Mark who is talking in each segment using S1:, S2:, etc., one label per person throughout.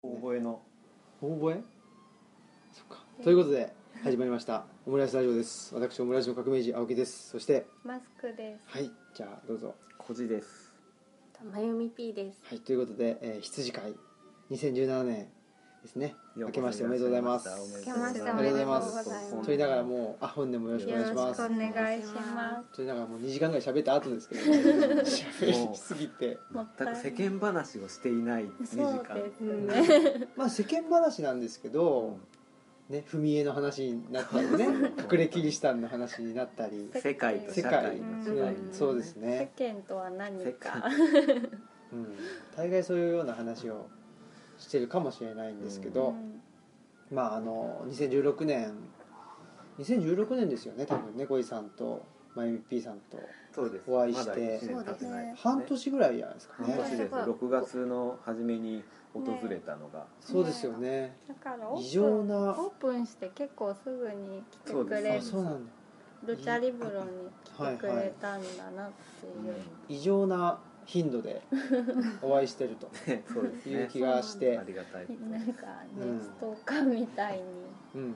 S1: 大声の
S2: 大声そっかということで始まりましたオムライスラジオです私オムライスの革命児青木ですそして
S3: マスクです。
S2: はいじゃあどうぞ
S1: 小じです
S3: まゆみ P です。
S2: はいということで、えー羊会2017年ですね明けましておめでとうございます
S3: 明けまして
S2: おめでとうございますと言いながらもうあ本年もよろしくお
S3: よ
S2: 願い
S3: ろ
S2: し
S3: しく
S2: ま
S3: お
S2: すと
S3: 願いしま
S2: 言いながらもう2時間ぐらい喋った後ですけどね喋りすぎて
S3: す。もっ
S1: 全く世間話をしていない2時
S3: そう
S1: 間
S3: ですね。
S2: まあ世間話なんですけど、ね踏み絵の話になったり ね隠れキリシタンの話になったり
S1: 世界と
S2: 世
S1: 社
S2: 界
S1: 会
S2: の
S1: の
S3: 世
S1: 違い
S3: 界
S2: うんそうです
S3: 世
S2: ね
S3: 間とは何
S1: 世
S3: か。
S1: 界
S2: うん、大概そういうような話をしてるかもしれないんですけ
S3: う
S2: ど、
S3: ん
S2: まああの2016年2016年ですよね多分ね小井さんとまゆみ P さんと
S1: そうです
S2: お会いして
S1: まだ一年経ってないですね
S2: 半年ぐらいじゃないですかね
S1: 半年です6月の初めに訪れたのが
S2: そうですよね
S3: だからオ
S2: 異常
S3: ープン
S2: な
S3: オープンして結構すぐに来て
S1: そう
S3: く
S1: です
S3: れ
S2: あ
S3: る
S2: そうなんだ
S3: ルチャリブロに来てくれたんだなっていう。
S2: 異常な頻度でお会いしてると
S1: ね そうです
S2: いう
S1: ね
S2: 気がして
S1: あ、りがたい
S3: なんかね、
S2: うん
S3: ストーカーみたい
S2: うん、
S3: に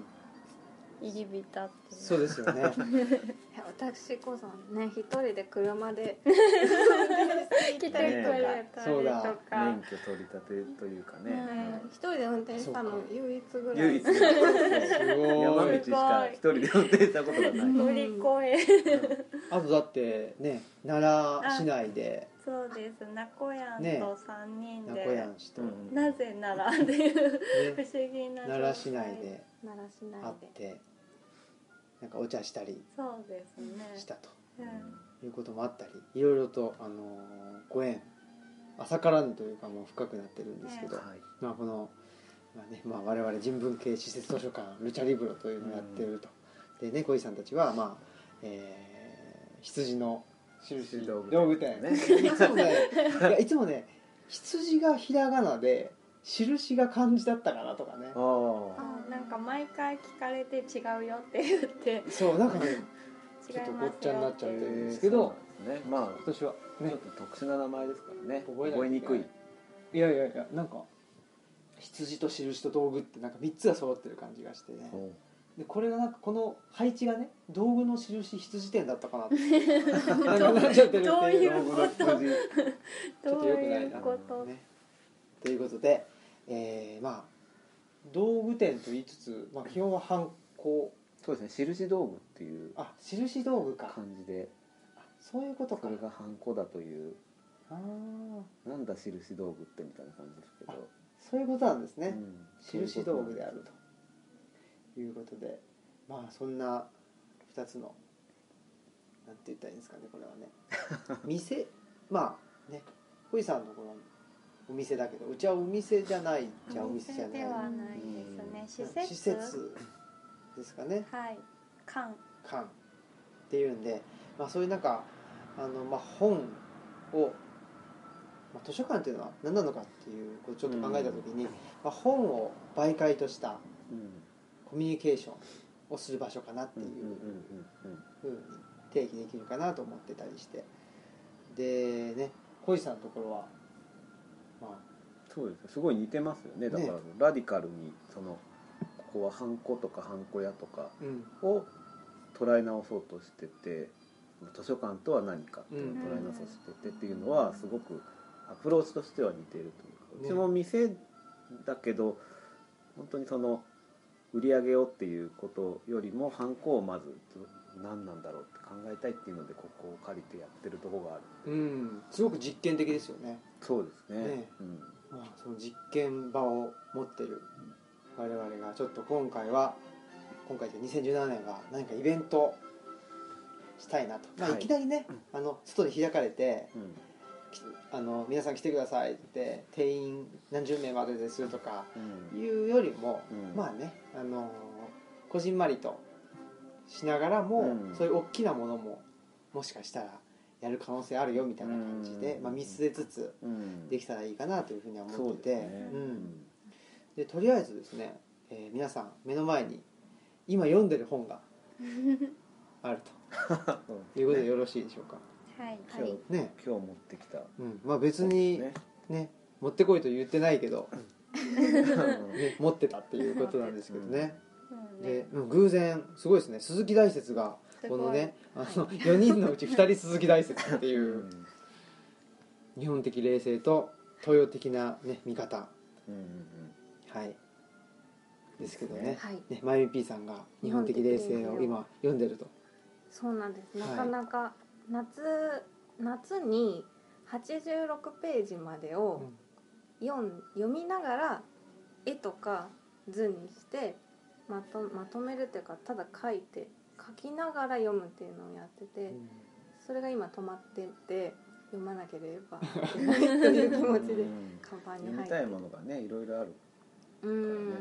S3: 入り浸って
S2: そうですよね
S4: いや私こそね一人で車で
S3: 来てくれたり
S2: そう
S3: と
S2: だ
S3: か、
S1: 免許取り立てというかね
S3: ね
S4: 一人で運転した
S2: そ
S4: の
S2: うか
S4: 唯一ぐらい
S1: 唯一
S4: そう
S2: す
S1: 山
S2: ご
S1: 道
S2: い
S1: しか一人で運転したことがない
S3: 乗り越え
S2: あとだってね奈良市内で
S3: そうです。ナコヤン
S2: ね
S3: と三人
S2: 名
S3: で、
S2: 古屋市と、
S1: うん
S3: なぜならっていう不
S2: ね、
S3: 思議な状態
S2: 奈良市内で
S4: 鳴らしな
S2: 会
S4: い
S2: っ
S4: で
S2: てなんかお茶したり
S3: そうですね。
S2: したと
S3: うん
S2: いうこともあったりいろいろと、あのーご縁浅からぬというかもう深くなってるんですけど、
S1: はい
S2: まあ、この、まあねまあ、我々人文系施設図書館ルチャリブロというのをやってると、でね小井さんたちは、まあえー羊の
S1: 印道具店
S2: 道具店
S1: ね
S2: いつもねいやいつもね羊がひらがなで印が漢字だったかなとかね
S1: ああ
S3: あ、なんか毎回聞かれて違うよって言って
S2: そうなんかね
S3: 違い
S2: ちょっと
S3: ま
S2: ごっち
S3: す
S2: ゃにな
S3: よ
S2: っ
S3: っ
S2: ち
S3: て
S2: ゃって
S3: いう。
S2: ですけど
S1: そうなんですねまあ
S2: 今年は
S1: ち
S2: ね
S1: ょっと特殊な名前ですからね
S2: 覚
S1: 覚
S2: え
S1: え
S2: なきゃいけない
S1: にくい
S2: いやいやいやなんか羊と印と道具ってなんか3つが揃ってる感じがしてねでこれがなんかこの配置がね道具の印羊店だったかなって なんかなっちゃってるって
S3: どうい
S2: いうう
S3: こ
S2: の
S3: と
S1: 道具の
S2: がちょっ
S3: ど
S2: と
S3: う
S2: 良くない
S3: い
S2: な
S3: うこと？
S2: ねということで、えーまあ道具店と言いつつ、まあ、基本はハンコ
S1: そうですね印道具っていう
S2: あ印道具か
S1: 漢字で
S2: あそういうこと
S1: こ
S2: か
S1: れがハンコだという
S2: あー
S1: なんだ印道具ってみたいな感じですけど
S2: そういうことなんですね、
S1: うん
S2: 印道具であるということでまあそんな2つのなんて言ったらいいんですかねこれはね店まあね小井さんのこのお店だけどうちはお店じゃないじゃあお店じゃ
S3: で
S2: な
S3: はいないですね。
S2: 施設ですかね
S3: はい。館
S2: 館っていうんで、まあ、そういうなんかあの、まあ、本を、まあ、図書館っていうのは何なのかっていうこうちょっと考えた時に、まあ、本を媒介とした
S1: うん
S2: コミュニケーションをする場所かなって
S1: うん
S2: い
S1: うんうん
S2: う
S1: うんうん
S2: ふうに定義できるかなと思ってたりしてでね小石さんのところは、ま
S1: そうですすごい似てますよねだから
S2: ね
S1: ラディカルにそのここはハンコとかハンコ屋とか
S2: あうん、
S1: を捉え直そうとしてて図書館とは何かっていうのを捉え直そうとしててっていうのはすごくアプローチとしては似てるというか、う
S2: ね
S1: ちも店だけど本当にその売り上げをっていうことよりもハンコをまず何なんだろうって考えたいっていうのでここを借りてやってるとこがある
S2: うん、すごく実験的ですよね。
S1: そうですね
S2: ね
S1: うん、
S2: まあ、その実験場を持ってる我々がちょっと今回は今回で2017年は何かイベントしたいなと、まあ、
S1: はい
S2: いきなりね、あの外で開かれて
S1: うん、
S2: きあの皆さん来てくださいって定員何十名までですとか
S1: うん
S2: いうよりも、
S1: うん
S2: まあねあのこじんまりとしながらも、
S1: うん
S2: そういう大きなものももしかしたらやる可能性あるよみたいな感じで、
S1: うん
S2: まあ、見据えつつ
S1: うん
S2: できたらいいかなというふうには思
S1: そ
S2: ってて
S1: うですね
S2: うんでとりあえずですね、えー皆さん目の前に今読んでる 本がある
S1: うん
S2: ということでよろしいでしょうか
S3: はい。
S1: 今日
S2: ね
S1: 今日持ってきた
S2: うんまあ別に
S1: ね
S2: ね持ってこいと言ってないけど
S1: うん
S2: ね持ってたっていうことなんですけど ね、
S3: うんね
S2: でうん偶然すごいですね鈴木大説が
S3: すご
S2: こ
S3: い
S2: のねあ
S4: い
S2: の4人のうち2人鈴木大説っていううん日本的冷静と東洋的な、ね、見方、
S1: うんうん
S2: はい、ですけど
S1: です
S2: ね
S1: ね
S4: はい
S2: ねまゆみ P さんが日本的冷静を今読んでると。
S4: そうなんですな
S2: はい
S4: かなか夏、夏に86ページまでを読ん読みながら絵とか図にしてまとまとめるっていうかただ書いて書きながら読むっていうのをやってて、
S2: うん
S4: それが今止まってて読まなければいけないという気持ちで
S1: うん
S4: 看板に
S1: 読
S4: 入っ
S1: み
S4: て
S1: たいものがねいろいろある
S4: うん
S2: ま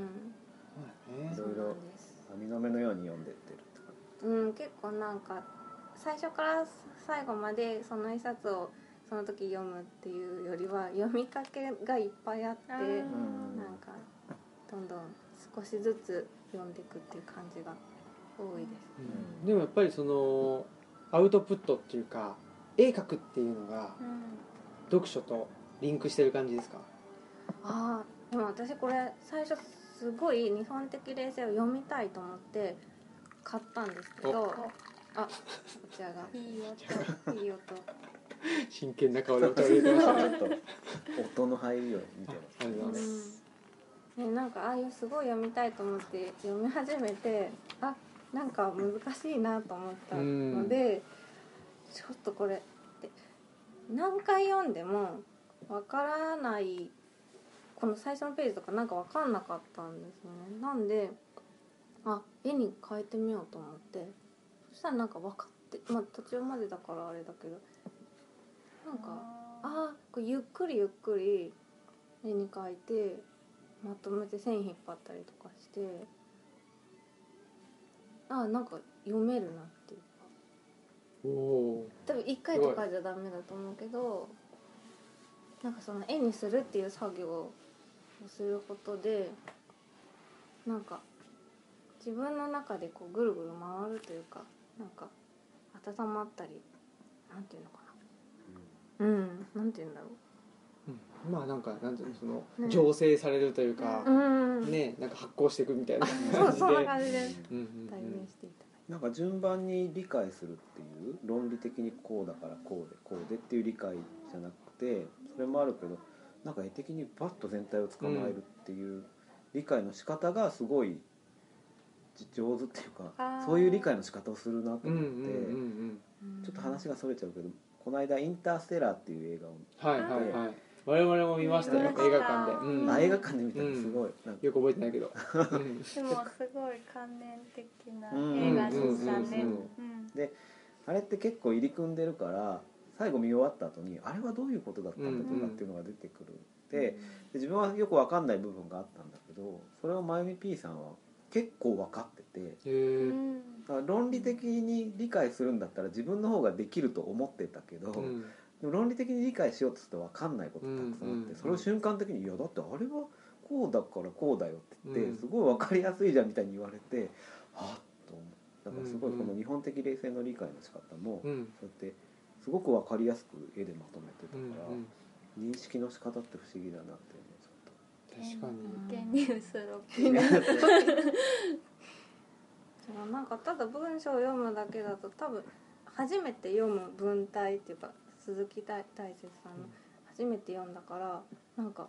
S2: あね
S1: い
S4: そ
S1: ろ
S4: う
S1: いろ
S4: なんです
S1: 網の目のように読んでってるとか
S4: うん結構なんか最初から最後までその一冊をその時読むっていうよりは読みかけがいっぱいあって
S3: あ
S4: な
S3: ー
S4: んかどんどん少しずつ読んでいくっていう感じが多いです
S2: うんでもやっぱりそのアウトプットっていうか絵描くっていうのが
S3: うん
S2: 読書とリンクしてる感じですか、
S4: ああでも私これ最初すごい日本的冷静を読みたいと思って買ったんですけどあこちらが
S3: いい
S4: いい音
S2: 真剣な顔で歌われてましたね
S1: ちょっと音の入りを見てます
S2: ありがとうございます
S4: うんね、なんかああいうすごい読みたいと思って読み始めてあなんか難しいなと思ったのでちょっとこれって何回読んでもわからないこの最初のページとかなんかわかんなかったんですよねなんであ絵に変えてみようと思ってそしたらなんか分かってまあ途中までだからあれだけどなんか
S3: あ
S4: あーこうゆっくりゆっくり絵に描いてまとめて線引っ張ったりとかしてあーなんか読めるなっていうか
S2: おお
S4: 多分1回とかじゃダメだと思うけどなんかその絵にするっていう作業をすることでなんか自分の中でこうぐるぐる回るというかなんか温まったりなんていうのかなうんなんていうんだろう
S2: ー、うん、まあなんかなんていうのその
S4: ね
S2: 醸成されるというか、
S4: うん
S2: ねなんか発酵していくみたいな
S4: そ
S2: 感
S4: う
S2: じ
S4: そんな
S2: で
S4: 感じで
S2: うんうん
S4: 代弁していただい
S1: なんか順番に理解するっていう論理的にこうだからこうでこうでっていう理解じゃなくてそれもあるけどなんか絵的にバッと全体を捕まえるっていう理解の仕方がすごいじ上手っていう
S3: あ
S1: か
S3: ー
S1: そういう理解の仕方をするなと
S2: うんうん
S1: 思
S2: う
S1: っ
S2: ん
S1: て
S2: うん
S4: て
S1: ちょっと話がそれちゃうけどこの間「インターステラー」っていう映画を
S2: はいはいはい我々も見ましたよ映
S1: 見ました
S2: 画館で、うん、
S1: あ
S3: はい
S1: 映画館で見たらすごいなんか
S2: よく覚えてないけど、うん
S3: ーでもすごい観念的な映画でしたね
S2: うん
S3: うん
S1: あれって結構入り組んでるから最後見終わった後にあれはどういうことだったんだとかっていうのが出てくるでで自分はよく分かんない部分があったんだけどそれをまゆみ P さんは結構分かってて
S2: へー
S3: うん
S1: だから論理的に理解するんだったら自分の方ができると思ってたけど、
S2: うん
S1: でも論理的に理解しようとすると分かんないことがたくさんあって、
S2: うんうん
S1: それを瞬間的に「いやだってあれはこうだからこうだよ」って言って、
S2: うん
S1: すごい分かりやすいじゃんみたいに言われてはっと思うだからすごい
S2: うんう
S1: こ
S2: ん
S1: の日本的冷静の理解の仕方も、
S2: うん
S1: そうやってすごく分かりやすく絵でまとめてた
S2: うん
S1: から、
S2: うん
S1: 認識の仕方って不思議だなって思っちゃった。
S2: 確かに
S3: 現に薄ろく
S4: そうなんかただ文章を読むだけだと多分初めて読む文体っていうか鈴木大大拙さんの初めて読んだからなんか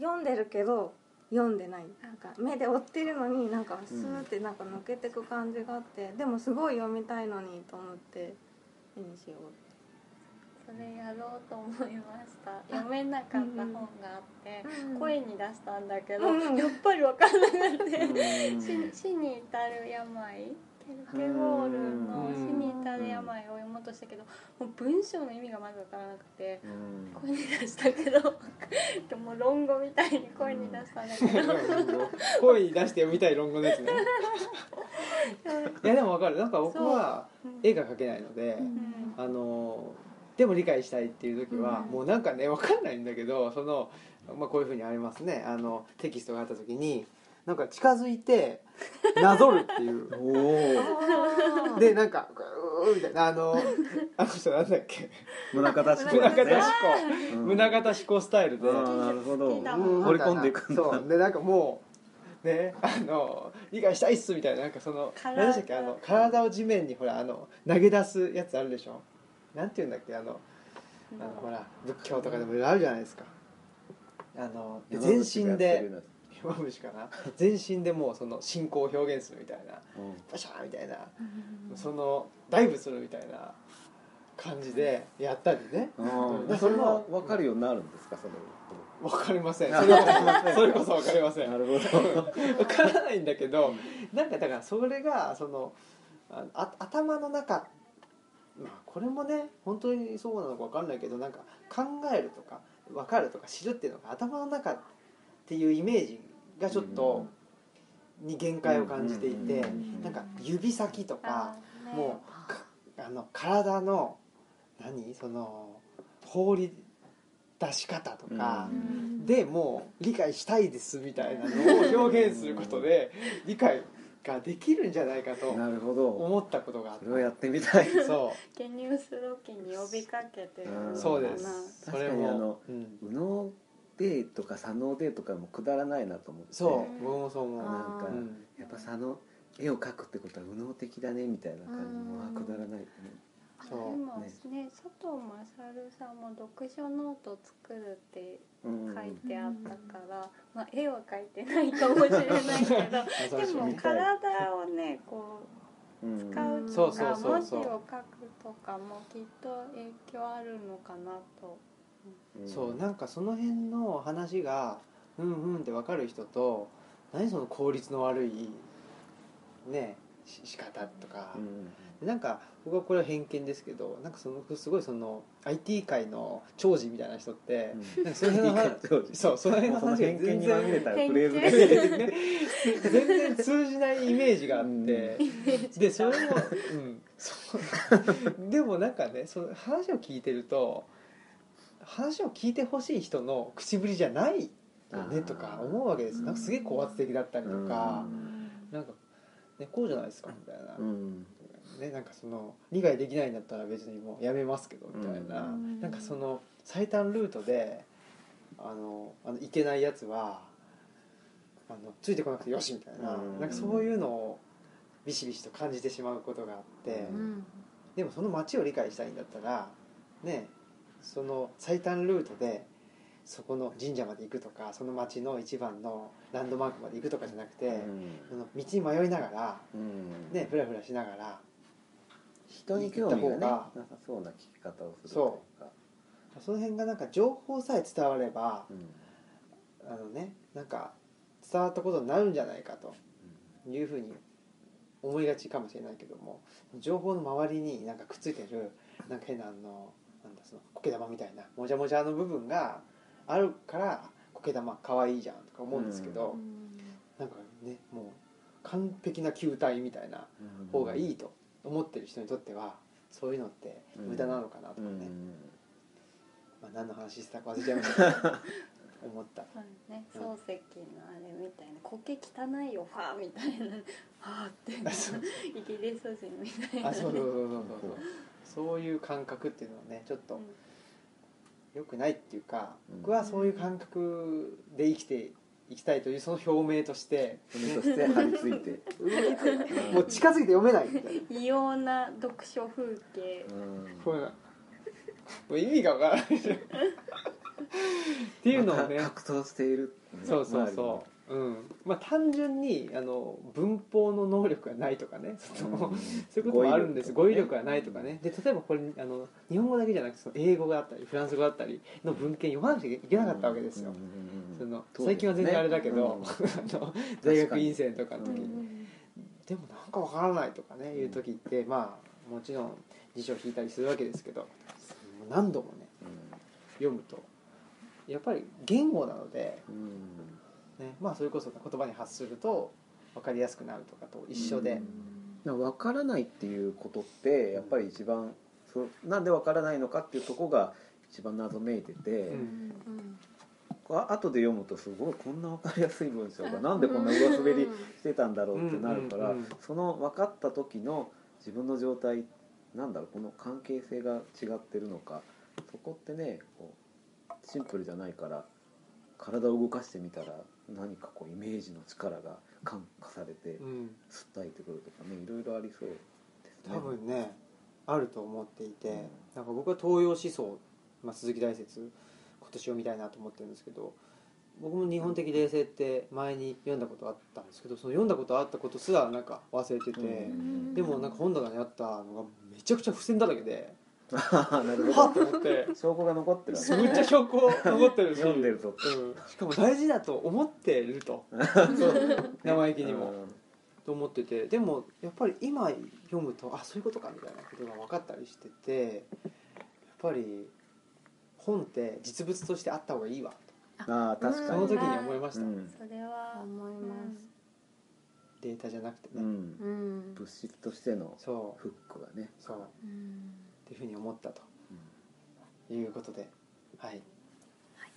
S4: 読んでるけど読んでないなんか目で追ってるのになんかスーってなんか抜けてく感じがあって、でもすごい読みたいのにと思って絵にしようっ
S3: それやろうと思いました読めなかった本があって
S4: て、
S3: 声に出したんだけど、
S4: うん
S3: やっぱり分かんなくて
S1: うん
S3: 死死に至る病ケルケゴールの死に至る病を読もうとしたけどもう文章の意味がまず分からなくて
S1: うん
S3: 声に出したけどでも論語みたいに声に出したんだけど
S2: 声に出して読みたい論語です ねいやでもわかるなんか僕は絵が描けないので、
S3: うん
S2: あのーでも理解したいっていう時は、
S3: うん
S2: もうなんかねわかんないんだけどその、まあ、こういうふうにありますねあのテキストがあった時になんか近づいてなぞるって いう
S1: おお
S4: あー
S2: でなんかうーみたいなあのあの人なんだっけ
S1: 宗像志
S3: そ
S1: 功
S3: う
S1: です
S2: 宗像
S3: ですね
S2: 志功
S1: ねうん
S5: 胸型思考スタイルで
S1: あーなるほど
S3: 好きだ
S2: う
S1: 掘り込んでいくんだ
S2: そうでなんかもうねあの理解したいっすみたいななんかその
S3: 体
S2: 何でしたっけあの体を地面にほらあの投げ出すやつあるでしょなんていうんだっけあのあのほら仏教とかでもいろいろあるじゃないですかあので全身で山伏かな全身でもうその信仰を表現するみたいな
S1: う
S2: パシャーみたいな
S4: うん
S2: そのダイブするみたいな感じでやったりね
S1: ん
S2: うん
S1: うんそれは分かるようになるんですか それ
S2: わかりませんそれこそそれこそわかりません
S1: なるほど
S2: わからないんだけどなんかだからそれがそのああ頭の中まあこれもね本当にそうなのかわかんないけどなんか考えるとかわかるとか知るっていうのが頭の中っていうイメージがちょっとに限界を感じていて
S1: うんうんうんうん
S2: なんか指先とか
S3: あーね
S2: もうかあの体の何その放り出し方とか
S1: う
S3: う。ん
S2: でもう理解したいですみたいなのを表現することで理解ができるんじゃないかと
S1: なるほど
S2: 思ったことがあっ
S1: それをやってみたい
S2: たそ
S3: ゲニウスロキに呼びかけてる
S1: う
S2: うんそうで
S4: まあ
S2: すそ
S1: 確
S2: れ
S1: かにあの
S2: も、うん、
S1: 右脳でとか左脳でとかもくだらないなと思って
S2: そう僕もそう
S1: なん
S2: 思
S1: か
S2: う、うん、
S1: やっぱ左脳絵を描くってことは右脳的だねみたいな感じ
S4: うん
S1: もあくだらないね
S2: そう
S3: 今
S1: ね
S3: ね佐藤勝さんも読書ノート作るって
S1: うん
S3: 書いてあったから、まあ、絵は描いてないかもしれ ないけどでも体をねこ
S1: うん
S3: う使う
S4: そ
S3: と
S4: う
S3: か
S2: そうそう
S3: 文字
S2: そう
S3: を書くとかもきっと影響あるのかなと。
S1: うん
S2: そうなんかその辺の話がうんうんって分かる人と何その効率の悪いねし仕方とか、
S1: うん
S2: なんか僕はこれは偏見ですけどなんかそのすごいその IT 界の長寿みたいな人って、なんかその辺の話そうその辺の
S1: その
S2: 話が
S1: 偏見
S2: 全然
S1: にまみれたフレーズ
S3: 偏
S1: で
S2: 全然通じないイメージがあって、でそれも、うん、そうでもなんかねその話を聞いてると話を聞いてほしい人の口ぶりじゃないよねとか思うわけですなんかすげえ高圧的だったりとか、なんか、ね、こうじゃないですかみたいな。
S1: うん
S2: ね、なんかその理解できないんだったら別にもうやめますけどみたいな、
S4: うん
S2: なんかその最短ルートであのあのいけないやつはあのついてこなくてよしみたいな,、
S1: うん
S2: なんかそういうのをビシビシと感じてしまうことがあって、
S4: うん
S2: でもその街を理解したいんだったらねその最短ルートでそこの神社まで行くとかその街の一番のランドマークまで行くとかじゃなくて、その道に迷いながら
S1: うん
S2: ねフラフラしながら。
S1: 人に興味がね
S2: 行った方
S1: なさそうな聞き方をする
S2: そ
S1: というか
S2: その辺がなんか情報さえ伝われば
S1: う、ん
S2: あのねなんか伝わったことになるんじゃないかというふうに思いがちかもしれないけども情報の周りになんかくっついてるなんか変なあのなんだその苔玉みたいなもじゃもじゃの部分があるから苔玉可愛いじゃんとか思うんですけど、なんかねもう完璧な球体みたいな
S1: うん
S2: 方がいいと思ってる人にとってはそういうのって無駄なのかなとか
S1: う
S2: ね、
S1: ん
S2: まあ、何の話したか忘れちゃいましたけど 思った。
S3: そうね、漱石のあれみたいな「苔汚いよファー」みたいな 「ファー」 って
S2: そう
S3: イギリス人 みたいな
S2: あそうそうそうそうそう
S1: うん
S2: そういう感覚っていうのはねちょっ
S3: う
S2: と
S3: ん
S2: 良くないっていうか、
S1: うん
S2: 僕はそういう感覚で生きていきたいというその表明として、
S1: それとして張り付いてん
S2: もう近づいて読めないみたいな
S3: 異様な読書風景
S1: うん
S2: こういうのもう意味がわからないでしょっていうのをね
S1: また格闘している
S2: そうそうそう、うんまあ、単純にあの文法の能力がないとかねその、そういうこともあるんです語彙力がないとかねで例えばこれあの日本語だけじゃなくてその英語があったりフランス語だったりの文献読まなきゃいけなかったわけですよ、その最近は全然あれだけど、あの大学院生とかの時に、でもなんかわからないとかねいう時ってまあもちろん辞書を引いたりするわけですけど何度もね読むとやっぱり言語なので、ねまあ、それこそ言葉に発すると分かりやすくなるとかと一緒で、
S1: 分からないっていうことってやっぱり一番そうなんで分からないのかっていうとこが一番謎めいてて、
S2: うん
S4: うん
S1: あ後で読むとすごいこんな分かりやすい文章がなんでこんな上滑りしてたんだろうってなるから、
S2: うんうんうん
S1: その分かった時の自分の状態なんだろうこの関係性が違ってるのかそこってねこうシンプルじゃないから体を動かしてみたら何かこうイメージの力が感化されて
S2: うん、
S1: 伝えてくるとかねいろいろありそうですね。
S2: 多分ねあると思っていて、
S1: うん
S2: なんか僕は東洋思想、まあ、鈴木大説今年読みたいなと思ってるんですけど僕も日本的冷静って前に読んだことあったんですけどその読んだことあったことすらなんか忘れてて、
S1: うん
S2: でもなんか本棚にあったのがめちゃくちゃ付箋だらけで
S1: なる
S2: は
S1: ほ
S2: っと思って
S1: ど証拠が残ってるわけ
S2: むっちゃ証拠残ってるし
S1: 読んでるぞ
S2: うん、しかも大事だと思ってると生意気にも。と思っててでもやっぱり今読むとあそういうことかみたいなことが分かったりしててやっぱり本って実物としてあった方がいいわ
S1: うんああ確
S2: と
S1: か
S2: そ
S1: に
S2: の時に思いました、
S1: うん
S3: それは
S4: 思います
S2: データじゃなくて
S1: う
S2: ね、
S1: ん
S4: うん
S1: 物質としての
S2: そう
S1: フックがね、
S2: そうっ
S4: うん
S2: ていうふうに思ったと
S1: うん
S2: いうことではい、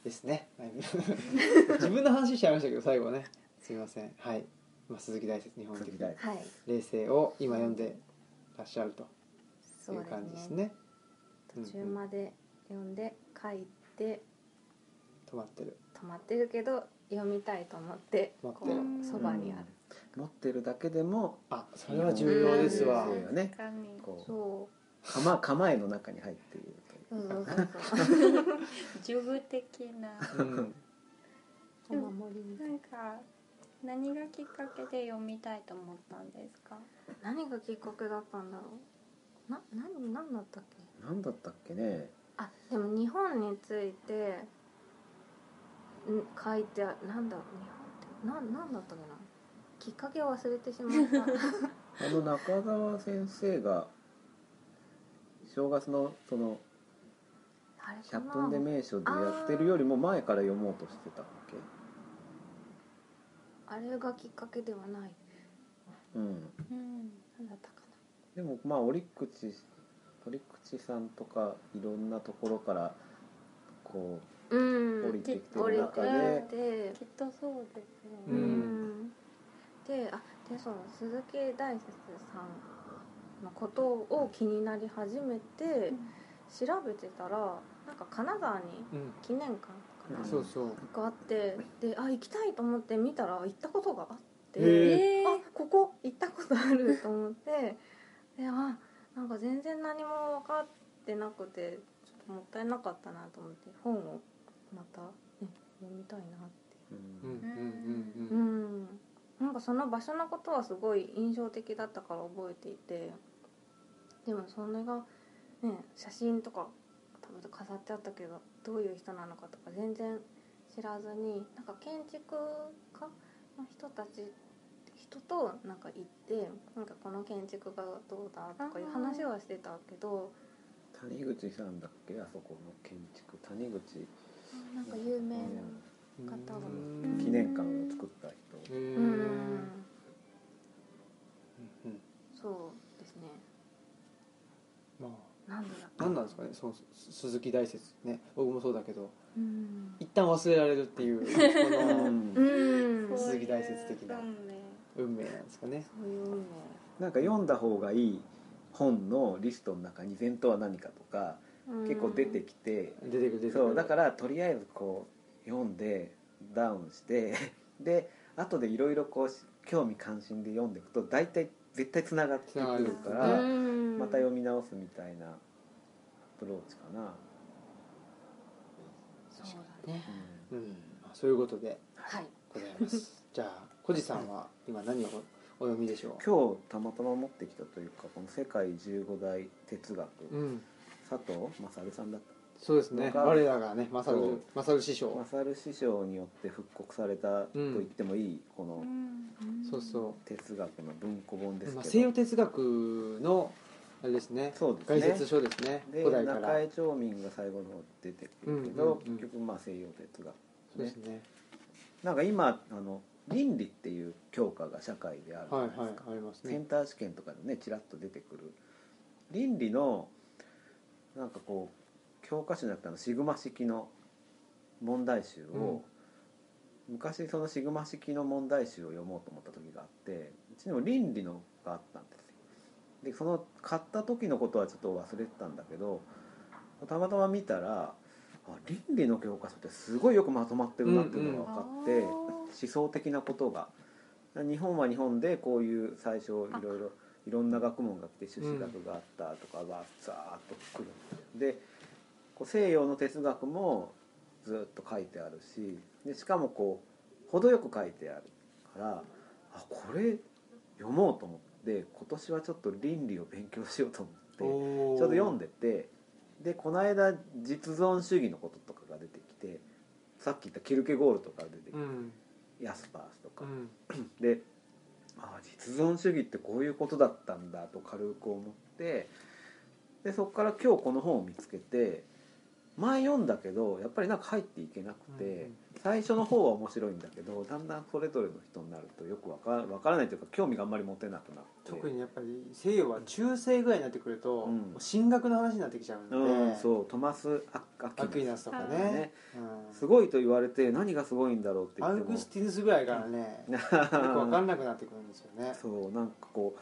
S2: ですねはい 自分の話しちゃいましたけど最後はねすいませんはい、まあ、鈴木大説日本的
S1: 鈴木大説
S4: はい
S2: 冷静を今読んでらっしゃると
S4: そ
S2: いうう
S4: で
S2: 感じですす
S4: ね
S2: ね
S4: 途中まで読んで書いて
S2: 止まってる
S4: 止まってるけど読みたいと思って
S2: 待
S4: こ
S2: ってる
S4: うそばにある、
S1: 持ってるだけでも
S2: あそれは重要ですわ
S1: うんね
S3: 確かに
S1: こう
S4: そ
S1: 構構えの中に入っている
S4: うそうそう
S3: ジョブ的な
S2: うん
S4: そうお守りみたい
S3: な
S4: なん
S3: か何がきっかけで読みたいと思ったんですか
S4: 何がきっかけだったんだろうな何何だったっけ
S1: という何だったっけね
S4: あでも日本についてん書いてあなんだろう日本ってななんだったっけなきっかけを忘れてしまった
S1: あの中澤先生が正月のその
S4: あれ
S1: 「
S4: か
S1: 100
S4: な
S1: 分で名所」でやってるよりも前から読もうとしてたわけ
S4: あれがきっかけではない
S1: うん
S3: うん
S4: 何だったか
S1: でもまあ折口折口さんとかいろんなところからこ
S4: なう
S1: うん降りてきて
S4: 降
S1: る
S4: り
S1: 中
S4: て
S1: で
S4: きて
S3: きっとそうですよね、
S2: う
S4: うんん、であでその鈴木大拙さんのことを気になり始めて調べてたらなんか金沢に
S2: うん
S4: 記念館かな、
S1: うん
S2: そうそう
S4: があってであ行きたいと思って見たら行ったことがあって、
S2: へ
S3: え
S4: あここ行ったことあると思ってであなんか全然何も分かってなくてちょっともったいなかったなと思って本をまた、ね、読みたいなって
S1: う
S2: うんうん
S1: ん
S2: うん
S4: う
S2: うん
S4: んなんかその場所のことはすごい印象的だったから覚えていてでもそれがね写真とか多分飾ってあったけどどういう人なのかとか全然知らずになんか建築家の人たち人となんか行ってなんかこの建築がどうだとかいう話はしてたけど
S1: 谷口さんだっけあそこの建築谷口
S4: なんか有名な
S2: うん
S4: 方が
S1: うん
S2: う
S1: 記念館を作った人
S2: ん
S4: う
S2: うん
S4: ん
S2: うん
S4: そうですね
S2: まあ
S4: なんでだっけ
S2: 何なんですかねそのす鈴木大説ね僕もそうだけど
S4: うん
S2: 一旦忘れられるっていうこ
S1: う
S2: の
S1: ん
S4: うん
S2: 鈴木大説的な
S3: そういう運命
S2: 運命なんですかね
S4: そういう運命
S1: なんか読んだ方がいい本のリストの中に「前とは何か」とか結構出てきて、
S2: 出てくる出てくる
S1: そうだからとりあえずこう読んでダウンして で後でいろいろこうし興味関心で読んでいくと大体絶対つながってくるか
S2: つなが
S1: ら、また読み直すみたいなアプローチかな。
S4: そうだね
S1: う
S2: うんまあそういうことで
S4: はい
S2: ございますじゃあ小路さんは今何をお読みでしょ
S1: ん今日たまたま持ってきたというかこの「世界15大哲学」
S2: ううん
S1: 佐藤勝さんだった
S2: そうですね
S1: 僕は
S2: 我らがねマサ
S1: そ
S2: ル
S1: う
S2: マサル師匠
S1: マサル師匠によって復刻されたと言ってもいい、この
S3: うん
S2: そうそう
S1: 哲学の文庫本です
S2: まあ、
S1: けど、
S2: 西洋哲学のあれですね
S1: そうですね
S2: 解説書ですね
S1: で
S2: 古代から
S1: 中江町民が最後の方出てくるけど、
S2: うんうんうん
S1: 結局まあ西洋哲学
S2: そうですね
S1: なんか今あの倫理っていう教科が社会であるじゃ
S2: はい
S1: な
S2: はいい
S1: ですか、
S2: あります
S1: セ
S2: ね
S1: ンター試験とかでねちらっと出てくる倫理のなんかこう教科書じゃなくてあのシグマ式の問題集を、昔そのシグマ式の問題集を読もうと思った時があってうちにも倫理のがあったんですよでその買った時のことはちょっと忘れてたんだけどたまたま見たらあ倫理の教科書ってすごいよくまとまってるなっていうのが分かって、
S3: うんうん
S1: 思想的なことが日本は日本でこういう最初いろいろいろんな学問が来て朱子学があったとかがザーッと来るんですよでこう西洋の哲学もずっと書いてあるしでしかもこう程よく書いてあるからあこれ読もうと思って今年はちょっと倫理を勉強しようと思ってち
S2: ちょ
S1: ょうど読んでてでこの間実存主義のこととかが出てきてさっき言ったキルケゴールとかが出てきて、
S2: うん
S1: ヤスパースとか
S2: う、ん
S1: でああ実存主義ってこういうことだったんだと軽く思ってでそこから今日この本を見つけて前読んだけどやっぱりなんか入っていけなくて、
S2: うんうん
S1: 最初の方は面白いんだけどだんだんそれぞれの人になるとよくわかわからないというか興味があんまり持てなくなって
S2: 特にやっぱり西洋は中世ぐらいになってくると、
S1: うん
S2: 進学の話になってきちゃう
S1: う
S2: ので、
S1: ん、そうトマス・ア
S2: アクイナ
S1: ス
S2: スとかね
S1: ね
S2: うん
S1: すごいと言われて何がすごいんだろうって言
S2: ア
S1: っ
S2: ウ
S1: ても
S2: グスティヌスぐらいか らね、よく分かんなくなってくるんですよね。
S1: そうなんかこ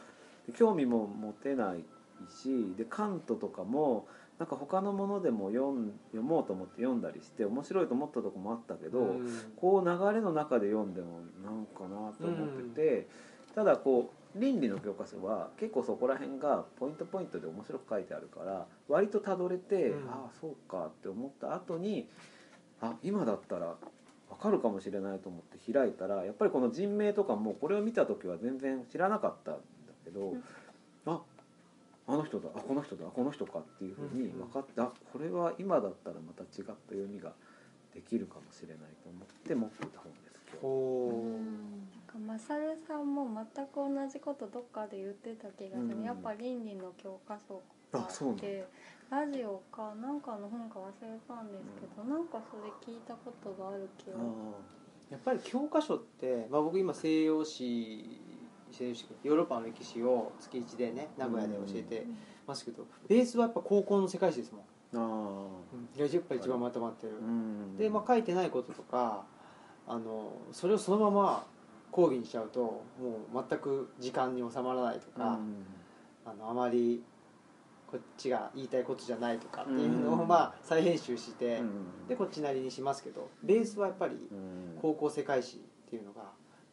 S1: う興味も持てないしでカントとかもなんか他のものでも読ん読もうと思って読んだりして面白いと思ったとこもあったけど、
S2: うん
S1: こう流れの中で読んでもなんかなと思ってて、ただこう倫理の教科書は結構そこら辺がポイントポイントで面白く書いてあるから割とたどれて、
S2: うん
S1: ああそうかって思った後にあ今だったらわかるかもしれないと思って開いたらやっぱりこの人名とかもこれを見た時は全然知らなかったんだけど、
S3: ん
S1: ああの人だあこの人だあこの人かっていうふうに分かって、あこれは今だったらまた違った読みができるかもしれないと思って持ってた本です今日
S2: ほ
S3: なんかマサルさんも全く同じことどっかで言ってた気がする、
S1: うん
S3: やっぱ倫理の教科書が
S1: あそうな
S3: あっ
S1: んだ
S3: てラジオかなんかの本か忘れたんですけど、なんかそれ聞いたことがある気が
S2: うやっぱり教科書って、まあ、僕今西洋史西洋史ヨーロッパの歴史を月1でね名古屋で教えてますけど、ベースはやっぱ高校の世界史ですもん、
S1: ああ
S2: うん、やっぱり一番まとまってる、
S1: うん
S2: で、まあ、書いてないこととかあのそれをそのまま講義にしちゃうともう全く時間に収まらないとか、
S1: うん
S2: あのあまりこっちが言いたいことじゃないとかっていうの
S1: う
S2: を
S1: ん
S2: まあ再編集して、
S1: うん
S2: でこっちなりにしますけどベースはやっぱり
S1: うん
S2: 高校世界史っていうのが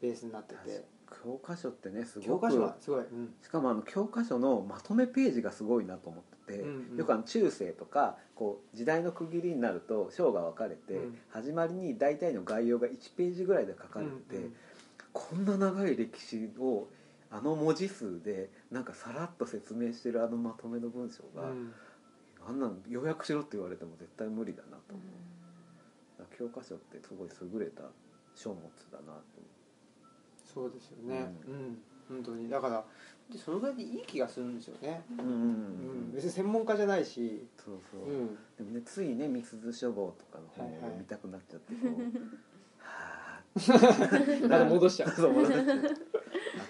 S2: ベースになってて
S1: 教科書ってねす
S2: 教
S1: ご
S2: 科書は
S1: く
S2: すごい、うん
S1: しかもあの教科書のまとめページがすごいなと思ってて、
S2: うんうん
S1: よくあの中世とかこう時代の区切りになると章が分かれて、
S2: うん
S1: 始まりに大体の概要が1ページぐらいで書かれてて、
S2: うん
S1: こんな長い歴史をあの文字数でなんかさらっと説明してるあのまとめの文章
S2: う
S1: が、
S2: ん
S1: あんなん予約しろって言われても絶対無理だなと思う、だから教科書ってすごい優れた書物だなと思
S2: そうですよねうん、本当にだからでそのぐらいでいい気がするんですよね、
S1: う、うん
S2: うん
S1: うん、
S2: 別に専門家じゃないし、
S1: そうそうう、
S2: ん、
S1: でもねついね「三鈴書房」とかの本を
S2: はいはい
S1: 読みたくなっちゃってこうはあ
S2: だから戻しちゃう
S1: そう戻って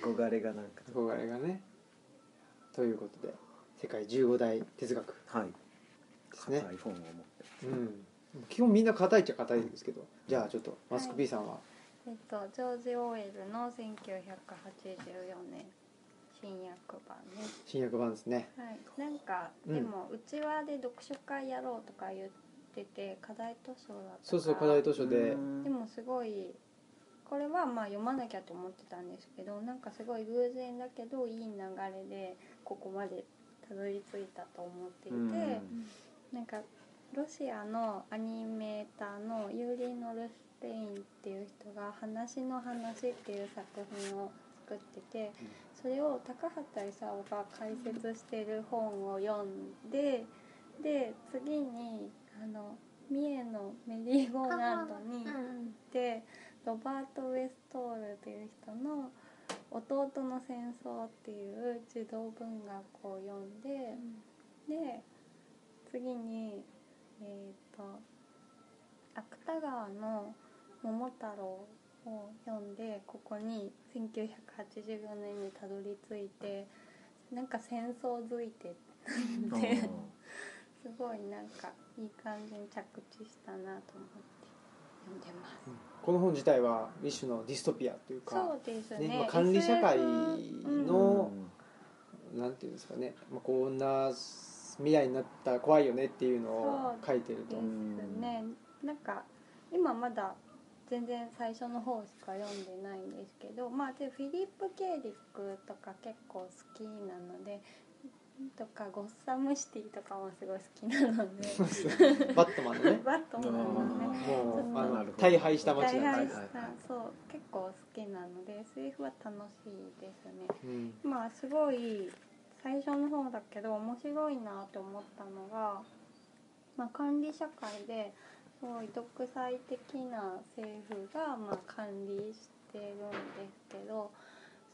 S1: 憧れがなんか
S2: 憧れがねということで世界15大哲学
S1: はい
S2: ですね
S1: 硬い本を持って
S2: うん基本みんな硬いっちゃ硬いんですけどじゃあちょっとマスク B さんは、
S3: えっと、ジョージ・オーエルの1984年新訳版です、
S2: 新訳版ですね
S3: はい、なんか、
S2: うん
S3: でもうちわで読書会やろうとか言ってて課題図書だったから
S2: そうそう課題図書で
S3: でもすごいこれはまあ読まなきゃと思ってたんですけどなんかすごい偶然だけどいい流れでここまでたどり着いたと思っていて、なんかロシアのアニメーターのユーリ・ノルスペインっていう人が「話の話」っていう作品を作ってて
S2: うん
S3: それを高畑勲が解説してる本を読んでで次にあの三重のメリーゴーランドに行ってロバート・ウェストールっていう人の「弟の戦争」っていう児童文学を読んで。で次にえっ、と芥川の「桃太郎」を読んでここに1984年にたどり着いてなんか戦争づいて
S1: うん
S3: ですごいなんかいい感じに着地したなと思って読んでます
S2: この本自体は一種のディストピアという
S3: そ
S2: か
S3: うですね
S2: ねまあ管理社会
S3: SF うん
S2: のなんていうんですかね、まあ、こんな未来になったら怖いよねっていうのを書いてると
S3: で。すねなんか今まだ全然最初の方しか読んでないんですけどまあでフィリップ・ケーリックとか結構好きなのでとかゴッサム・シティとかもすごい好きなので
S2: バットマンの ね
S3: バットマンのね
S2: もう
S3: あ
S2: あ
S1: なる
S3: ー
S2: の
S1: ほど
S2: 大敗した
S3: 大
S2: 街なん
S3: 敗
S2: で
S3: し
S2: す、
S1: は
S3: た
S1: いはい
S3: そう結構好きなので SF は楽しいですね
S2: うん
S3: まあすごい最初の方だけど面白いなと思ったのが、まあ、管理社会ですごい独裁的な政府がまあ管理してるんですけど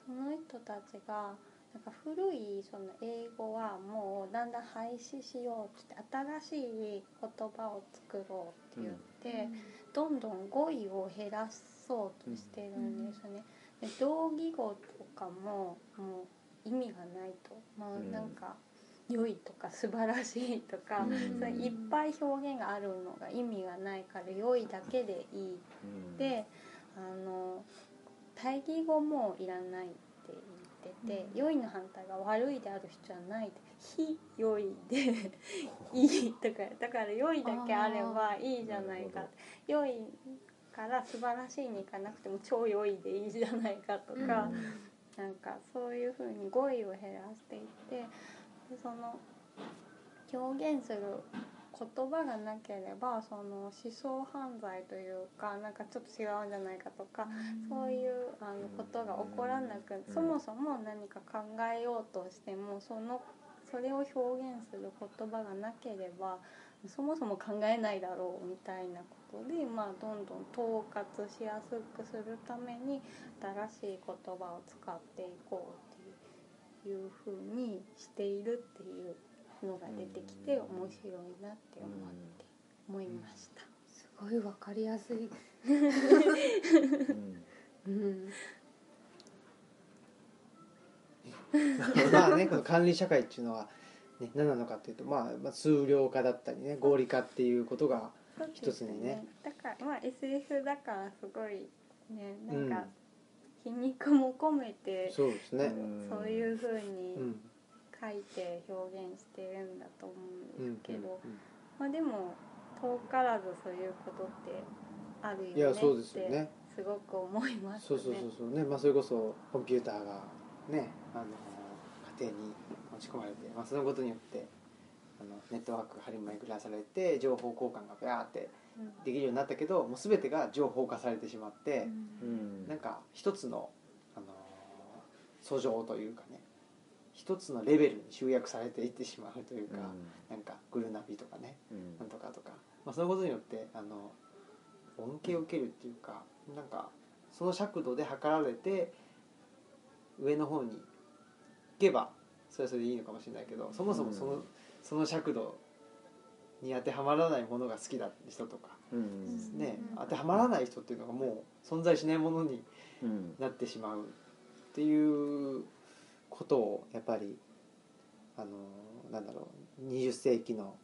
S3: その人たちがなんか古いその英語はもうだんだん廃止しようって新しい言葉を作ろうって言って、どんどん語彙を減らそうとしてるんですね。で同義語とかももう意味がないと、ま
S1: う
S3: あ、
S1: ん
S3: なんか「良い」とか「素晴らしい」とか、
S1: うん
S3: そういっぱい表現があるのが意味がないから「良い」だけでいいであの対義語もいらないって言ってて「良い」の反対が「悪い」である必要はない「非良い」 で「いい」とかだから「良い」だけあればいいじゃないか
S1: あーなるほど
S3: 良いから素晴らしいに行かなくても超良いでいいじゃないかとか、なんかそういうふうに語彙を減らしていってでその表現する言葉がなければその思想犯罪というかなんかちょっと違うんじゃないかとか、そういうあのことが起こらなく、
S1: うん
S3: そもそも何か考えようとしてもそのそれを表現する言葉がなければそもそも考えないだろうみたいなことで、まあ、どんどん統括しやすくするために新しい言葉を使っていこうっていうふうにしているっていうのが出てきて面白いなって思って思いました。
S4: すごいわかりやすい、うん、
S2: まあねこの管理社会っていうのは、ね、何なのかっていうと、まあ、まあ数量化だったりね合理化っていうことが
S3: そう
S2: 一つにね
S3: だからまあ SF だからすごいねなん
S2: うん
S3: か皮肉も込めて、
S2: そうですね、
S3: そういうふう
S2: う
S3: に
S2: ん
S3: 書いて表現してるんだと思
S2: う
S3: うんんですけど、
S2: うん
S3: まあでも遠からずそういうことってある
S2: い
S3: よ
S2: や
S3: ね
S2: そうで
S3: っ
S2: すよ
S3: て
S2: ね
S3: すごく思います
S2: そ
S3: ね。
S2: うそうそうそうね、まあ、それこそコンピューターがねあの家庭に持ち込まれて、まあ、そのことによってあのネットワークが張り巡らされて情報交換がビャーって
S3: うん
S2: できるようになったけどもう全てが情報化されてしまって、なんか一つの、あのー訴状というかね一つのレベルに集約されていってしまうというか、なんかグルナビとかねなんとかとか、まあ、そのことによってあの恩恵を受けるっていうかなんかその尺度で測られて上の方に行けばそれはそれでいいのかもしれないけどそもそもその,、
S1: うん
S2: その尺度に当てはまらないものが好きだって人とか、ね
S4: うん
S2: 当てはまらない人っていうのがもう存在しないものになってしまうっていうことをやっぱりあのなんだろう20世紀の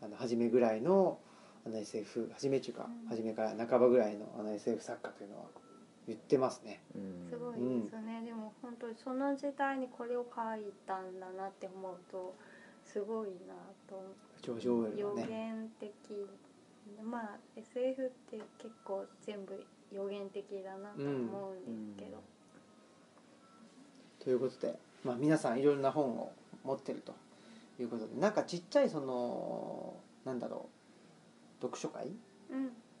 S2: あの初めぐらいのあの SF 初めっていうか
S3: うん
S2: 初めから半ばぐらいのあの SF 作家というのは言ってますね。
S3: すごいですね、でも本当にその時代にこれを書いたんだなって思うとすごいなと思って
S2: ジョージ・オーウェル
S3: 予
S2: はね。
S3: 言的、まあ SF って結構全部予言的だなと思うんですけど、
S2: ということで、まあ、皆さんいろいろな本を持ってるということでなんかちっちゃいそのなんだろう読書会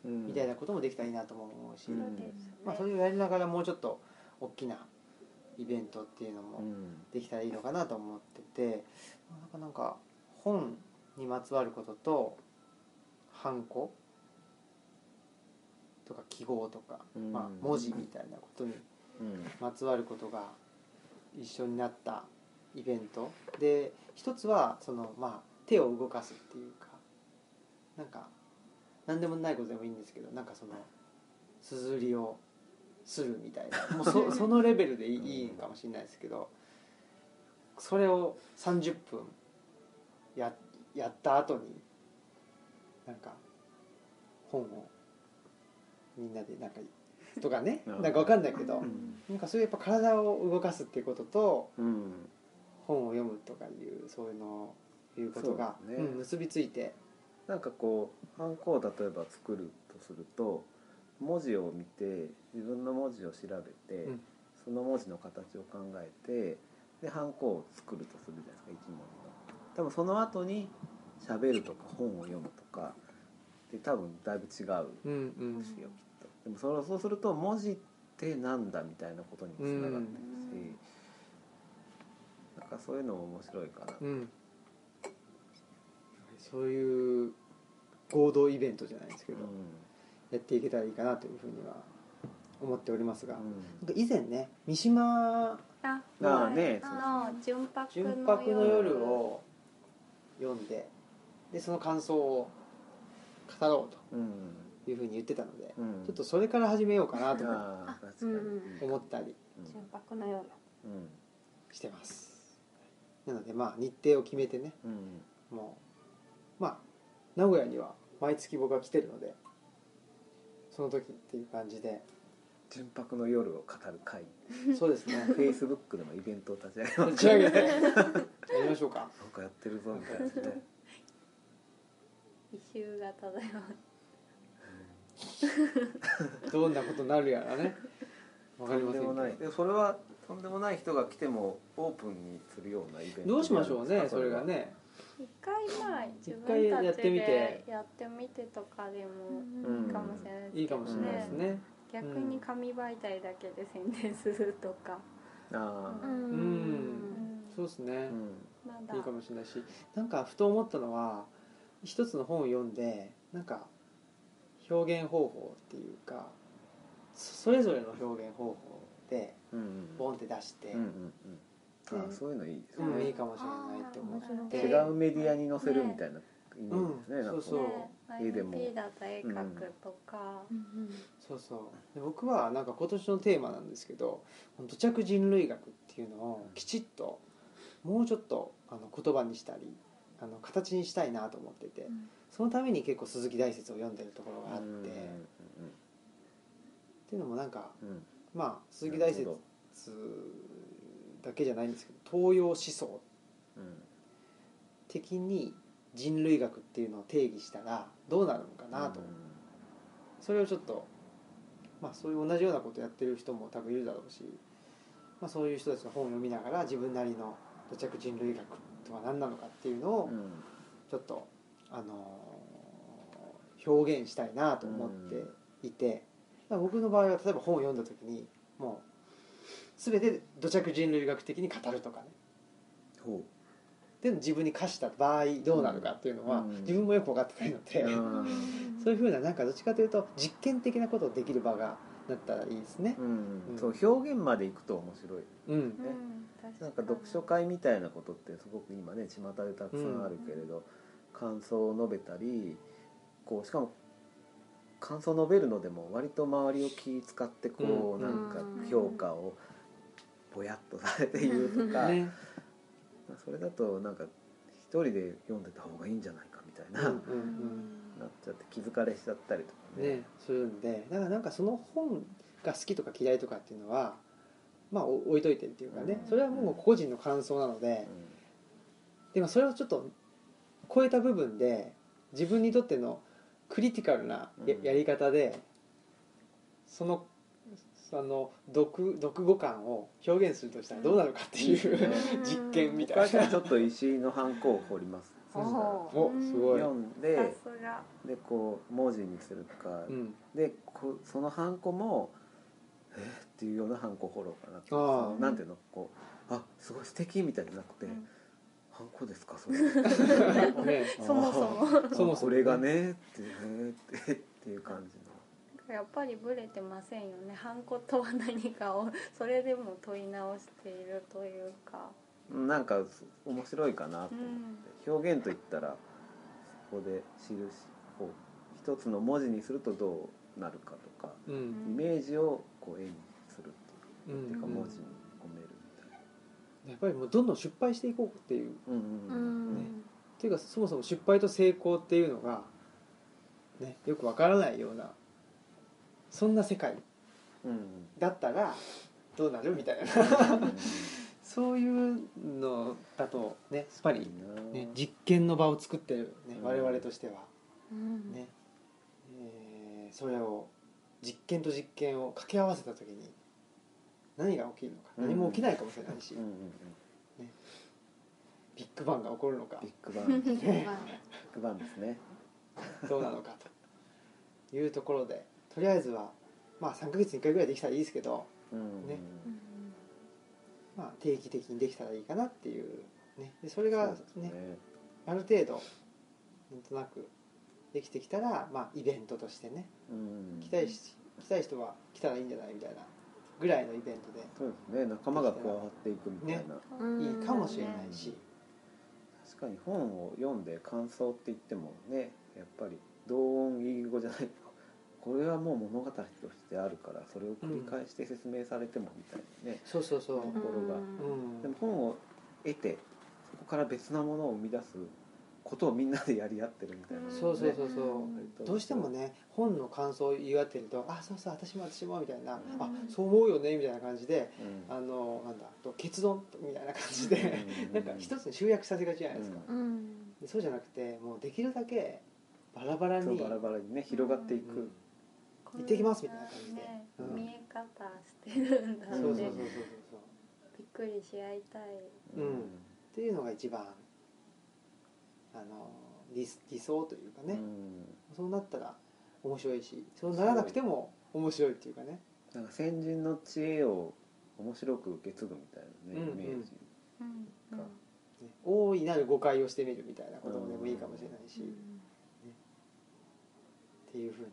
S3: うん
S2: みたいなこともできたらいいなとも思うし。
S1: うん
S3: そうですね、
S2: まあ、それをやりながらもうちょっと大きなイベントっていうのもできたらいいのかなと思ってて、なんかなんか本にまつわることとハンコとか記号とか、
S1: うん
S2: まあ、文字みたいなことにまつわることが一緒になったイベントで一つはその、まあ、手を動かすっていうかなんか何でもないことでもいいんですけどなんかそのすずりをするみたいなもうそそのレベルでいい,、かもしれないですけどそれを30分ややった後になんか本をみんなでなんかとかね
S1: なるほど
S2: なんかわかんないけど
S1: うん
S2: なんかそういうやっぱ体を動かすっていうことと
S1: うん
S2: 本を読むとかいうそういうのいうことが
S1: そうです
S2: う
S1: ね
S2: ん結びついて
S1: なんかこうハンコを例えば作るとすると文字を見て自分の文字を調べて、
S2: うん
S1: その文字の形を考えてでハンコを作るとするじゃないですか一文の。多分その後に喋るとか本を読むとかで多分だいぶ違うん
S2: うん
S1: ですよきっと。でもそれそうすると文字ってなんだみたいなことにもつながっていくし、なんかそういうのも面白いかな。
S2: うんそういう合同イベントじゃないですけど、やっていけたらいいかなというふうには思っておりますが、
S1: う
S2: なん
S1: ん
S2: か以前ね三島
S3: あ
S1: あ
S3: はい
S1: ね
S3: あの純白の
S2: 純白の夜を読んででその感想を語ろう
S1: うん
S2: というふうに言ってたので、
S1: うん
S2: ちょっとそれから始めようかなとも
S1: ああ確か
S4: う
S1: に、
S4: ん
S1: う
S4: うんん
S2: 思ったり
S4: 純白の夜
S1: うん
S2: してますなのでまあ日程を決めてね
S1: うん
S2: もうまあ名古屋には毎月僕は来てるのでその時っていう感じ で
S1: 純白の夜を語る会
S2: そうですね
S1: フェイスブックでもイベントを立ち上げ ます
S2: 打ち上げてやりましょうか
S1: なんかやってるぞみたいなね
S3: 異臭が漂う
S2: どんなことになるやらねわかりません
S1: とんでも
S2: けど
S1: ないでそれはとんでもない人が来てもオープンにするようなイベント
S2: どうしましょうね
S1: になるんですか
S2: それがね
S3: 一回まあ自
S2: 一
S3: 分
S2: 回や
S3: た
S2: っ
S3: ち
S2: てみて
S3: でやってみてとかでも
S1: ん
S3: いいかもしれない
S2: いいかもしれないですね
S3: 逆に紙媒体だけで宣伝するとか、
S1: ああ
S4: ん
S2: そうですね
S1: うん
S3: まだ
S2: いいかもしれないしなんかふと思ったのは一つの本を読んでなんか表現方法っていうかそそれぞれの表現方法で
S1: うん
S2: ボンって出して、
S1: うんうんうんああそういうのいいです
S2: うんいい
S1: ね
S2: かもしれないって思って
S1: 違うメディアに載せるみたいなイメージですね
S2: うん
S1: なんか
S2: そう
S3: ね
S1: 絵でも
S3: IMP だったら絵描くとか、
S4: うん
S2: そうそうで僕はなんか今年のテーマなんですけど土着人類学っていうのをきちっともうちょっとあの言葉にしたりあの形にしたいなと思ってて、
S4: うん
S2: そのために結構鈴木大説を読んでるところがあって、
S1: うんうん
S2: っていうのもなんか
S1: うんうん
S2: まあ鈴木大
S1: なる
S2: 説
S1: ほ
S2: だけじゃないんですけど東洋思想
S1: どうん
S2: 的に人類学っていうのを定義したらどうなるのかなと、それをちょっとまあそういう同じようなことやってる人も多分いるだろうし、まあ、そういう人たちの本を読みながら自分なりの土着人類学とは何なのかっていうのを
S1: うん
S2: ちょっと、あのー表現したいなと思っていて、だから僕の場合は例えば本を読んだ時にもう全て土着人類学的に語るとかね
S1: ほ
S2: で自分に課した場合どうなるかっていうのは、
S1: うん
S2: 自分もよく分かってないので、
S1: う
S2: そういうふうななんかどっちかというと実験的なことをできる場がなったらいいですね
S1: う。んそう表現までいくと面白い
S2: うん、
S3: うん確
S1: なんか読書会みたいなことってすごく今ね巷でたくさんあるけれど、感想を述べたりこうしかも感想を述べるのでも割と周りを気使ってこう
S2: う
S1: んなんか
S4: うん
S1: 評価をぼやっとされているとか、
S2: ね、
S1: それだとなんか一人で読んでた方がいいんじゃないかみたい
S2: うん
S1: な、
S2: う
S4: うんん
S1: なっちゃって気疲れしちゃったりと
S2: う
S1: か
S2: ん
S1: ね
S2: ねするんでだからなんかその本が好きとか嫌いとかっていうのはまあお置いといてっていうかね
S1: うん
S2: それはもう個人の感想なので
S1: う
S2: でもそれをちょっと超えた部分で自分にとってのクリティカルなや
S1: うん
S2: やり方でそのその読読語感を表現するとしたらどうなるかっていう、
S1: うん
S2: 実験
S1: ん
S2: み
S1: 僕
S2: た
S1: はいじゃあ
S2: な。
S1: ちょっと石井のハンコを掘ります
S3: おー
S2: おすごい
S1: 読んで
S3: さすが
S1: でこう文字にするか、
S2: うん
S1: でこうそのハンコもえーっていうようなハンコを掘ろうかなと
S2: あー
S1: そのなんていうのこうあすごい素敵みたいじゃなくて、
S3: うん
S1: ハンコですかそれ
S2: ね
S3: そもそもなんか
S2: そもそ
S1: こ
S2: も
S1: れがねってねってっていう感じ
S3: やっぱりブレてませんよねハンコとは何かをそれでも問い直しているというか
S1: のなんか面白いかなと思って、表現といったらそこで印こう一つの文字にするとどうなるかとか
S2: うん
S1: イメージをこう絵にするっていうか
S2: うん
S1: っていうか文字に込めるみたいな。
S2: やっぱりもうどんどん失敗していこうっていう
S1: うんう
S4: う
S1: んうん
S4: ん
S2: っていうかそもそも失敗と成功っていうのが、ね、よくわからないようなそんな世界
S1: うん
S2: だったらどうなるみたいなそういうのだとねやっぱり、ね、実験の場を作ってる、ね
S1: う、ん
S2: 我々としては、
S4: うん
S2: ねえーそれを実験と実験を掛け合わせた時に何が起きるのか
S1: うん
S2: 何も起きないかもしれないし、
S1: うんうんうん
S2: ビッグバンが起こるのか
S1: ビッグバンビッ
S2: ね
S1: グバンですね
S2: どうなのかというところでとりあえずは、まあ、3ヶ月に1回ぐらいできたらいいですけど、
S1: うん
S2: ね
S4: うん
S2: まあ、定期的にできたらいいかなっていう、ね、でそれ
S1: そ
S2: が
S1: うです
S2: ね
S1: ね
S2: ある程度なんとなくできてきたら、まあ、イベントとしてね
S1: うん
S2: 来たいし来たい人は来たらいいんじゃないみたいなぐらいのイベントで
S1: そうですね仲間が加わっていくみたいな、
S4: うん
S2: いいかもしれないし、
S1: 確かに本を読んで感想って言ってもねやっぱり同音異義語じゃないとこれはもう物語としてあるからそれを繰り返して説明されてもみたいなね、
S2: そうそうそう、
S1: ところが
S2: うん
S1: でも本を得てそこから別なものを生み出すことをみんなでやり合ってるみたいな、ね、
S2: そうそうそうそう
S1: 割と
S2: どうしてもね本の感想を言い合ってると「あそうそう私も私も」みたいな「
S4: ん
S2: あそう思うよね」みたいな感じで
S1: うん
S2: あのなんだと結論みたいな感じで
S1: うん
S2: なんか一つに集約させがちじゃないですか、
S1: うん
S4: うん
S2: でそうじゃなくてもうできるだけバラバラ
S1: そう
S2: に
S1: バラバラにね広がっていく、
S2: 行ってきますみたいな感じで
S3: ね
S2: うん
S3: 見え方してるんだ
S2: そう
S3: っ
S2: そうそう
S3: て
S2: そうそうそう
S3: びっくりし合いたい
S2: うんっていうのが一番あの理理想というかね、
S1: うん
S2: そうなったら面白いしそうならなくても面白いっていうかね
S1: なんか先人の知恵を面白く受け継ぐみたいなね、
S2: うん
S1: イメージ、
S3: うん
S1: うん
S2: ね大いなる誤解をしてみるみたいなことでもいいかもしれないし、っていうふうに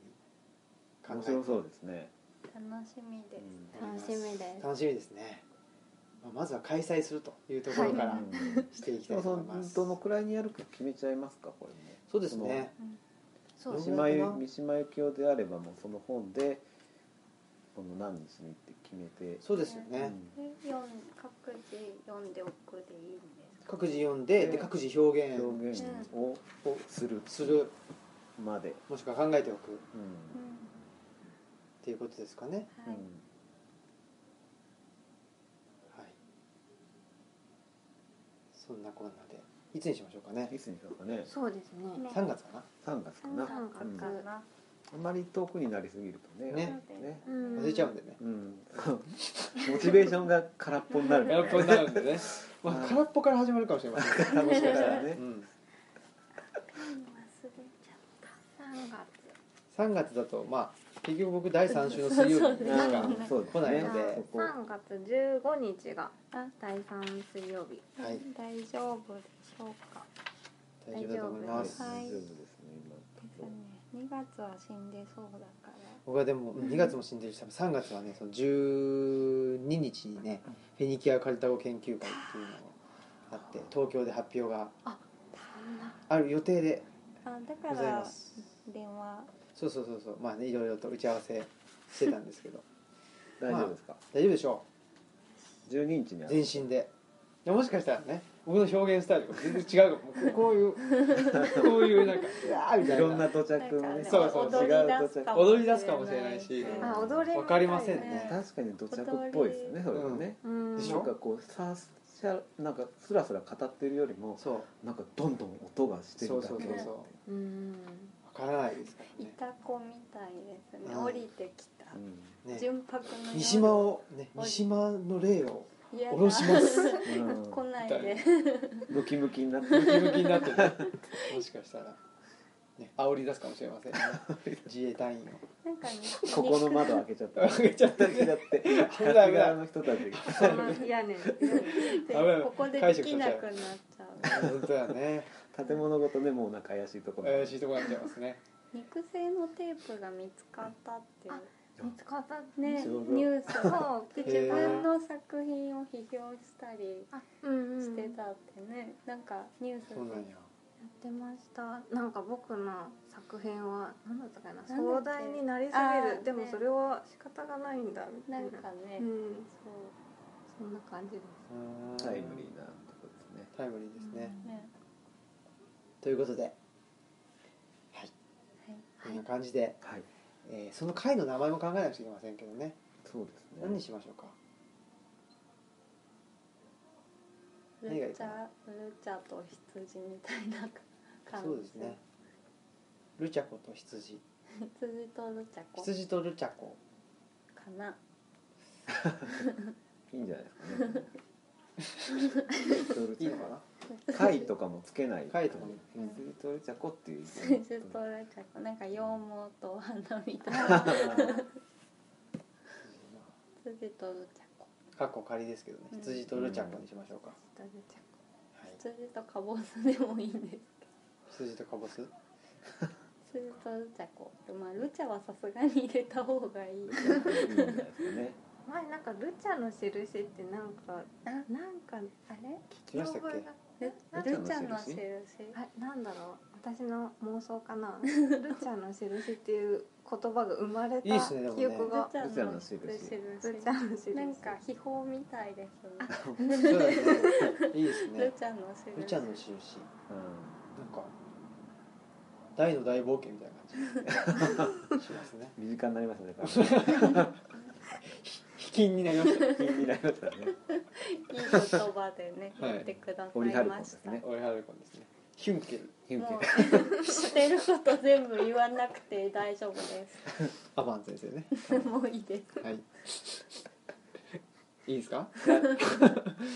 S2: 考
S1: 面
S2: え
S1: 白そうですね、
S3: 楽しみです、
S1: う
S4: 楽しみです
S2: 楽しみですね、まあ、まずは開催するというところ
S4: だ
S2: から
S1: うん
S2: してい
S1: で
S2: きたい
S1: も
S2: と
S1: そ
S2: 思いま
S1: の
S2: す、
S1: どのくらいにやるか決めちゃいますかこれね
S2: そうですね
S3: うん
S4: そ
S1: 三
S4: う
S2: ど
S1: 島
S2: れぐらい
S1: 由
S2: かな
S1: 三島由紀夫であればもうその本でこの何日にって決めて
S2: そうですよね、
S1: うん
S3: で読ん各自読んでおくでいいんですか
S2: 各自読んでで各自表現
S1: 表現を
S2: を
S1: する
S2: する
S1: まで、
S2: もしくは考えておくっ
S1: うん
S3: うん
S2: ていうことですかね、
S1: う
S3: は
S1: ん
S2: は
S3: い、
S2: い、そんなこんなでいつにしましょうかね
S1: いつにしようかね
S4: そうですね
S3: ね
S2: 3月かな
S1: 3月かな
S4: 三月
S1: うん
S3: かな、
S1: あんまり遠くになりすぎるとね
S2: ね
S1: ね
S4: うん
S2: 忘れちゃうんでね
S1: うん、 そうモチベーションが空っぽになる
S2: 空っぽになるんでね、 まあ、空っぽから始まるかもしれませんけど
S1: 楽しみだから
S2: う
S1: ね、
S2: ん、
S3: 忘れちゃっ
S4: 三月
S2: 3月だとまあ結局僕第3週の水曜日
S1: うん
S2: にしか
S1: そうですね
S2: 来 ない
S4: じ
S2: の
S4: ゃあ
S2: で
S1: そこ
S4: 三月十五日が第三水曜日
S3: た、
S2: はい
S3: 大丈夫でしょうか
S2: 大丈夫だと思います、
S3: はい
S1: 大丈夫ですね今の
S3: で
S1: と
S3: す
S1: こ
S3: ね
S1: ろ
S3: 2月は死んでそうだから
S2: 僕はでも2月も死んでるし多分3月はねその12日にねフェニキア・カルタゴ研究会っていうのがあって東京で発表がある予定で
S3: あだか
S2: ございま
S3: ら
S2: す
S3: 電話
S2: そうそうそうそうまあねいろいろと打ち合わせしてたんですけど
S1: 大丈夫ですか
S2: 大丈夫でしょ
S1: 12日に
S2: う
S1: あ
S2: 全
S1: る
S2: 身ででもしかしたらね僕の表現スタイルが全然違うかもここう いうこういうなんかうわーみ
S1: い
S2: たいな
S1: ろんな到着
S3: なんか
S1: もね
S3: ね
S2: そうそう
S3: 踊り出すかも
S2: 踊り出すかもしれないし
S3: うん
S4: あ踊れ
S2: わかりませんね
S1: 確かに土着っぽいですねそれはね、
S4: うん
S2: でし
S1: な
S2: ょ
S1: んかこうさしゃなんかスラスラ語ってるよりも
S2: そう
S1: なんかどんどん音がして
S2: そ
S1: る
S2: う
S1: だ
S2: そう
S1: け
S2: そう
S1: で
S2: そう
S4: うん
S2: わからないですか
S3: い
S2: らね
S3: た子みたいですね、
S2: うん
S3: 降りてきた、
S2: ね
S3: 純白の夜
S2: 三島をね三島の霊を
S3: 嫌だ
S2: 下ろします
S1: うん うん
S3: 来ないで
S1: ムキムキになって
S2: ムキムキにな ってねもしかしたらね煽り出すかもしれませんね自衛隊員を
S3: なんかね
S1: ここの窓開けちゃった
S2: 開けちゃった
S1: 開けちゃって
S2: 危
S1: ガ
S2: な
S1: チ
S2: い危な
S1: 側
S2: い
S1: の人たち
S4: その屋根
S3: で
S2: 危ない
S3: ここでできなくなっちゃう
S2: 本当だね
S1: が建物ごとねもうなんか怪しいところ
S2: 怪しいとこになっちゃいますね
S3: 肉声のテープが見つかったっていう
S4: 見つかった
S3: ね
S1: そう
S3: ニュー スを
S4: そ
S3: で
S4: う
S3: 自分の作品を批評したり
S4: あうん
S3: して
S4: や
S3: たってねなんかニュースで
S2: そうなんや
S4: ってましたなんか僕の作品は何だったかな
S3: け
S4: 壮大になりすぎ
S3: あー
S4: るでもそれは仕方がないんだみた
S3: ないん
S4: な
S3: かね、
S4: うん
S3: そ
S4: そんな感じです
S2: うん
S1: タイムリーなとこですね
S2: タイムリーですね
S3: うね
S2: ということではい
S3: はい
S2: こんな感じで
S1: はい
S2: えーその回の名前も考えなくちゃいけませんけどね
S1: そうですね
S2: 何にしましょうか
S3: ル
S2: 何がいい
S3: チ
S2: か
S3: ャ
S2: な
S3: ルチャと羊みたいな感じ
S2: そうですねルチャコと羊
S3: 羊とルチャコ
S2: 羊とルチャコ
S3: かない
S1: いんじゃないですかね
S2: いいのか な
S1: 貝とかもつけない
S2: 貝とかも
S1: うん水とルチャコっていう
S3: 羊とルチャコなんか羊毛とお花みた いな羊とルチャコ
S2: かっこ仮ですけどね
S3: うん
S2: 羊とルチャコにしましょうか、
S3: 羊とルチャコ
S2: はい、
S3: 羊とカボスでもいいんですけど
S2: 羊とかぼす
S3: 羊とルチャコまあルチャはさすがに入れた方がいい
S1: いいんじゃないですかね
S4: 前なんかルチャの印ってなんか
S3: あ
S4: なんか
S3: あれ
S2: 聞きましたっ
S4: 覚え
S2: け
S1: ル
S3: ル
S4: が
S1: チ
S3: ル
S1: ャの
S3: チャの
S1: 印
S3: 印
S4: あなんだろう私の妄想 かなルチャの印っていう言葉が生まれた記
S2: いいっすねでもね
S4: 憶が
S1: ルチャの印
S3: ルチャの
S4: ルチャの印
S3: なんか秘宝みたいですね
S2: そうだねいいですね
S3: ルチャの印
S2: ルチャの印
S1: う
S2: なんか大の大冒険みたいな 感じしますね
S1: ん身近になりますね感
S2: 秘近になりました
S1: じになりますからね
S3: いい言葉でね
S2: はい
S3: 言ってくださ
S1: 折
S3: い
S1: 原君
S3: ま
S1: で
S3: し
S1: す
S3: た、
S1: ね
S2: 俺はるこんですねヒュンケル
S1: ヒュンケ
S3: もう知ってること全部言わなくて大丈夫で
S2: アバン先生ね
S3: すもういいです
S2: はいいいですか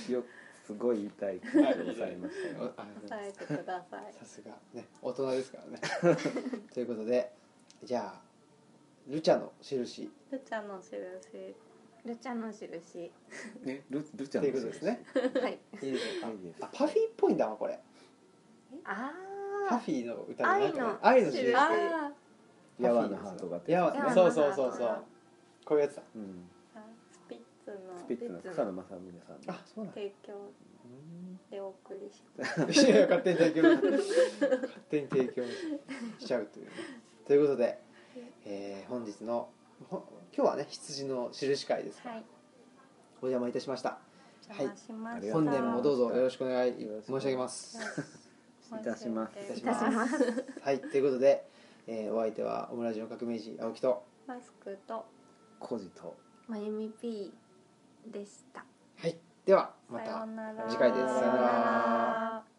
S1: よすごい言いたいことをされまし
S2: ありがとうござい
S3: 伝
S2: ます
S3: えてください
S2: さすがね大人ですからねということでじゃあルチャの印
S3: ルチャの印
S4: ルチャの 印
S1: たねルルチャ
S2: ということですね
S4: はい
S2: いいでしょうか
S1: いいです
S2: あパフィーっぽいんだわこれ
S4: あ
S2: パ
S4: あ
S2: フィーの歌じゃないから
S4: 愛
S2: 愛
S4: の
S2: の
S4: 印
S2: 印
S4: あ
S3: あ
S1: ヤワなハートがって
S2: やわ
S4: やわな
S2: そうそうそうそ
S4: ハ
S2: う
S4: ート
S2: こういうやつだ
S1: うん
S3: ーあスピッツの
S1: スピッツの草野正宗さんの
S2: あそうなんだ
S3: 提供でお送りします
S2: うん 勝手に提供勝手に提供しちゃうというねということで、えー本日のほ今日はね羊の印会ですから、
S3: はい
S2: お邪魔いたしました
S3: お邪魔しました、
S1: は
S2: 本
S1: い
S2: 年もどうぞよろしくお願い
S1: よろしく
S2: 申し上げます
S1: いたします
S3: 申
S2: いた
S3: し
S2: し
S4: いた
S3: 上
S4: し
S3: げて
S4: ます
S2: はいということで、えーお相手はオムラジオ革命児青木と
S3: マスクと
S1: コジと
S4: まゆみ P でした
S2: はいではま
S3: さ
S2: た
S3: ようなら
S2: 次回です
S1: さような
S2: ら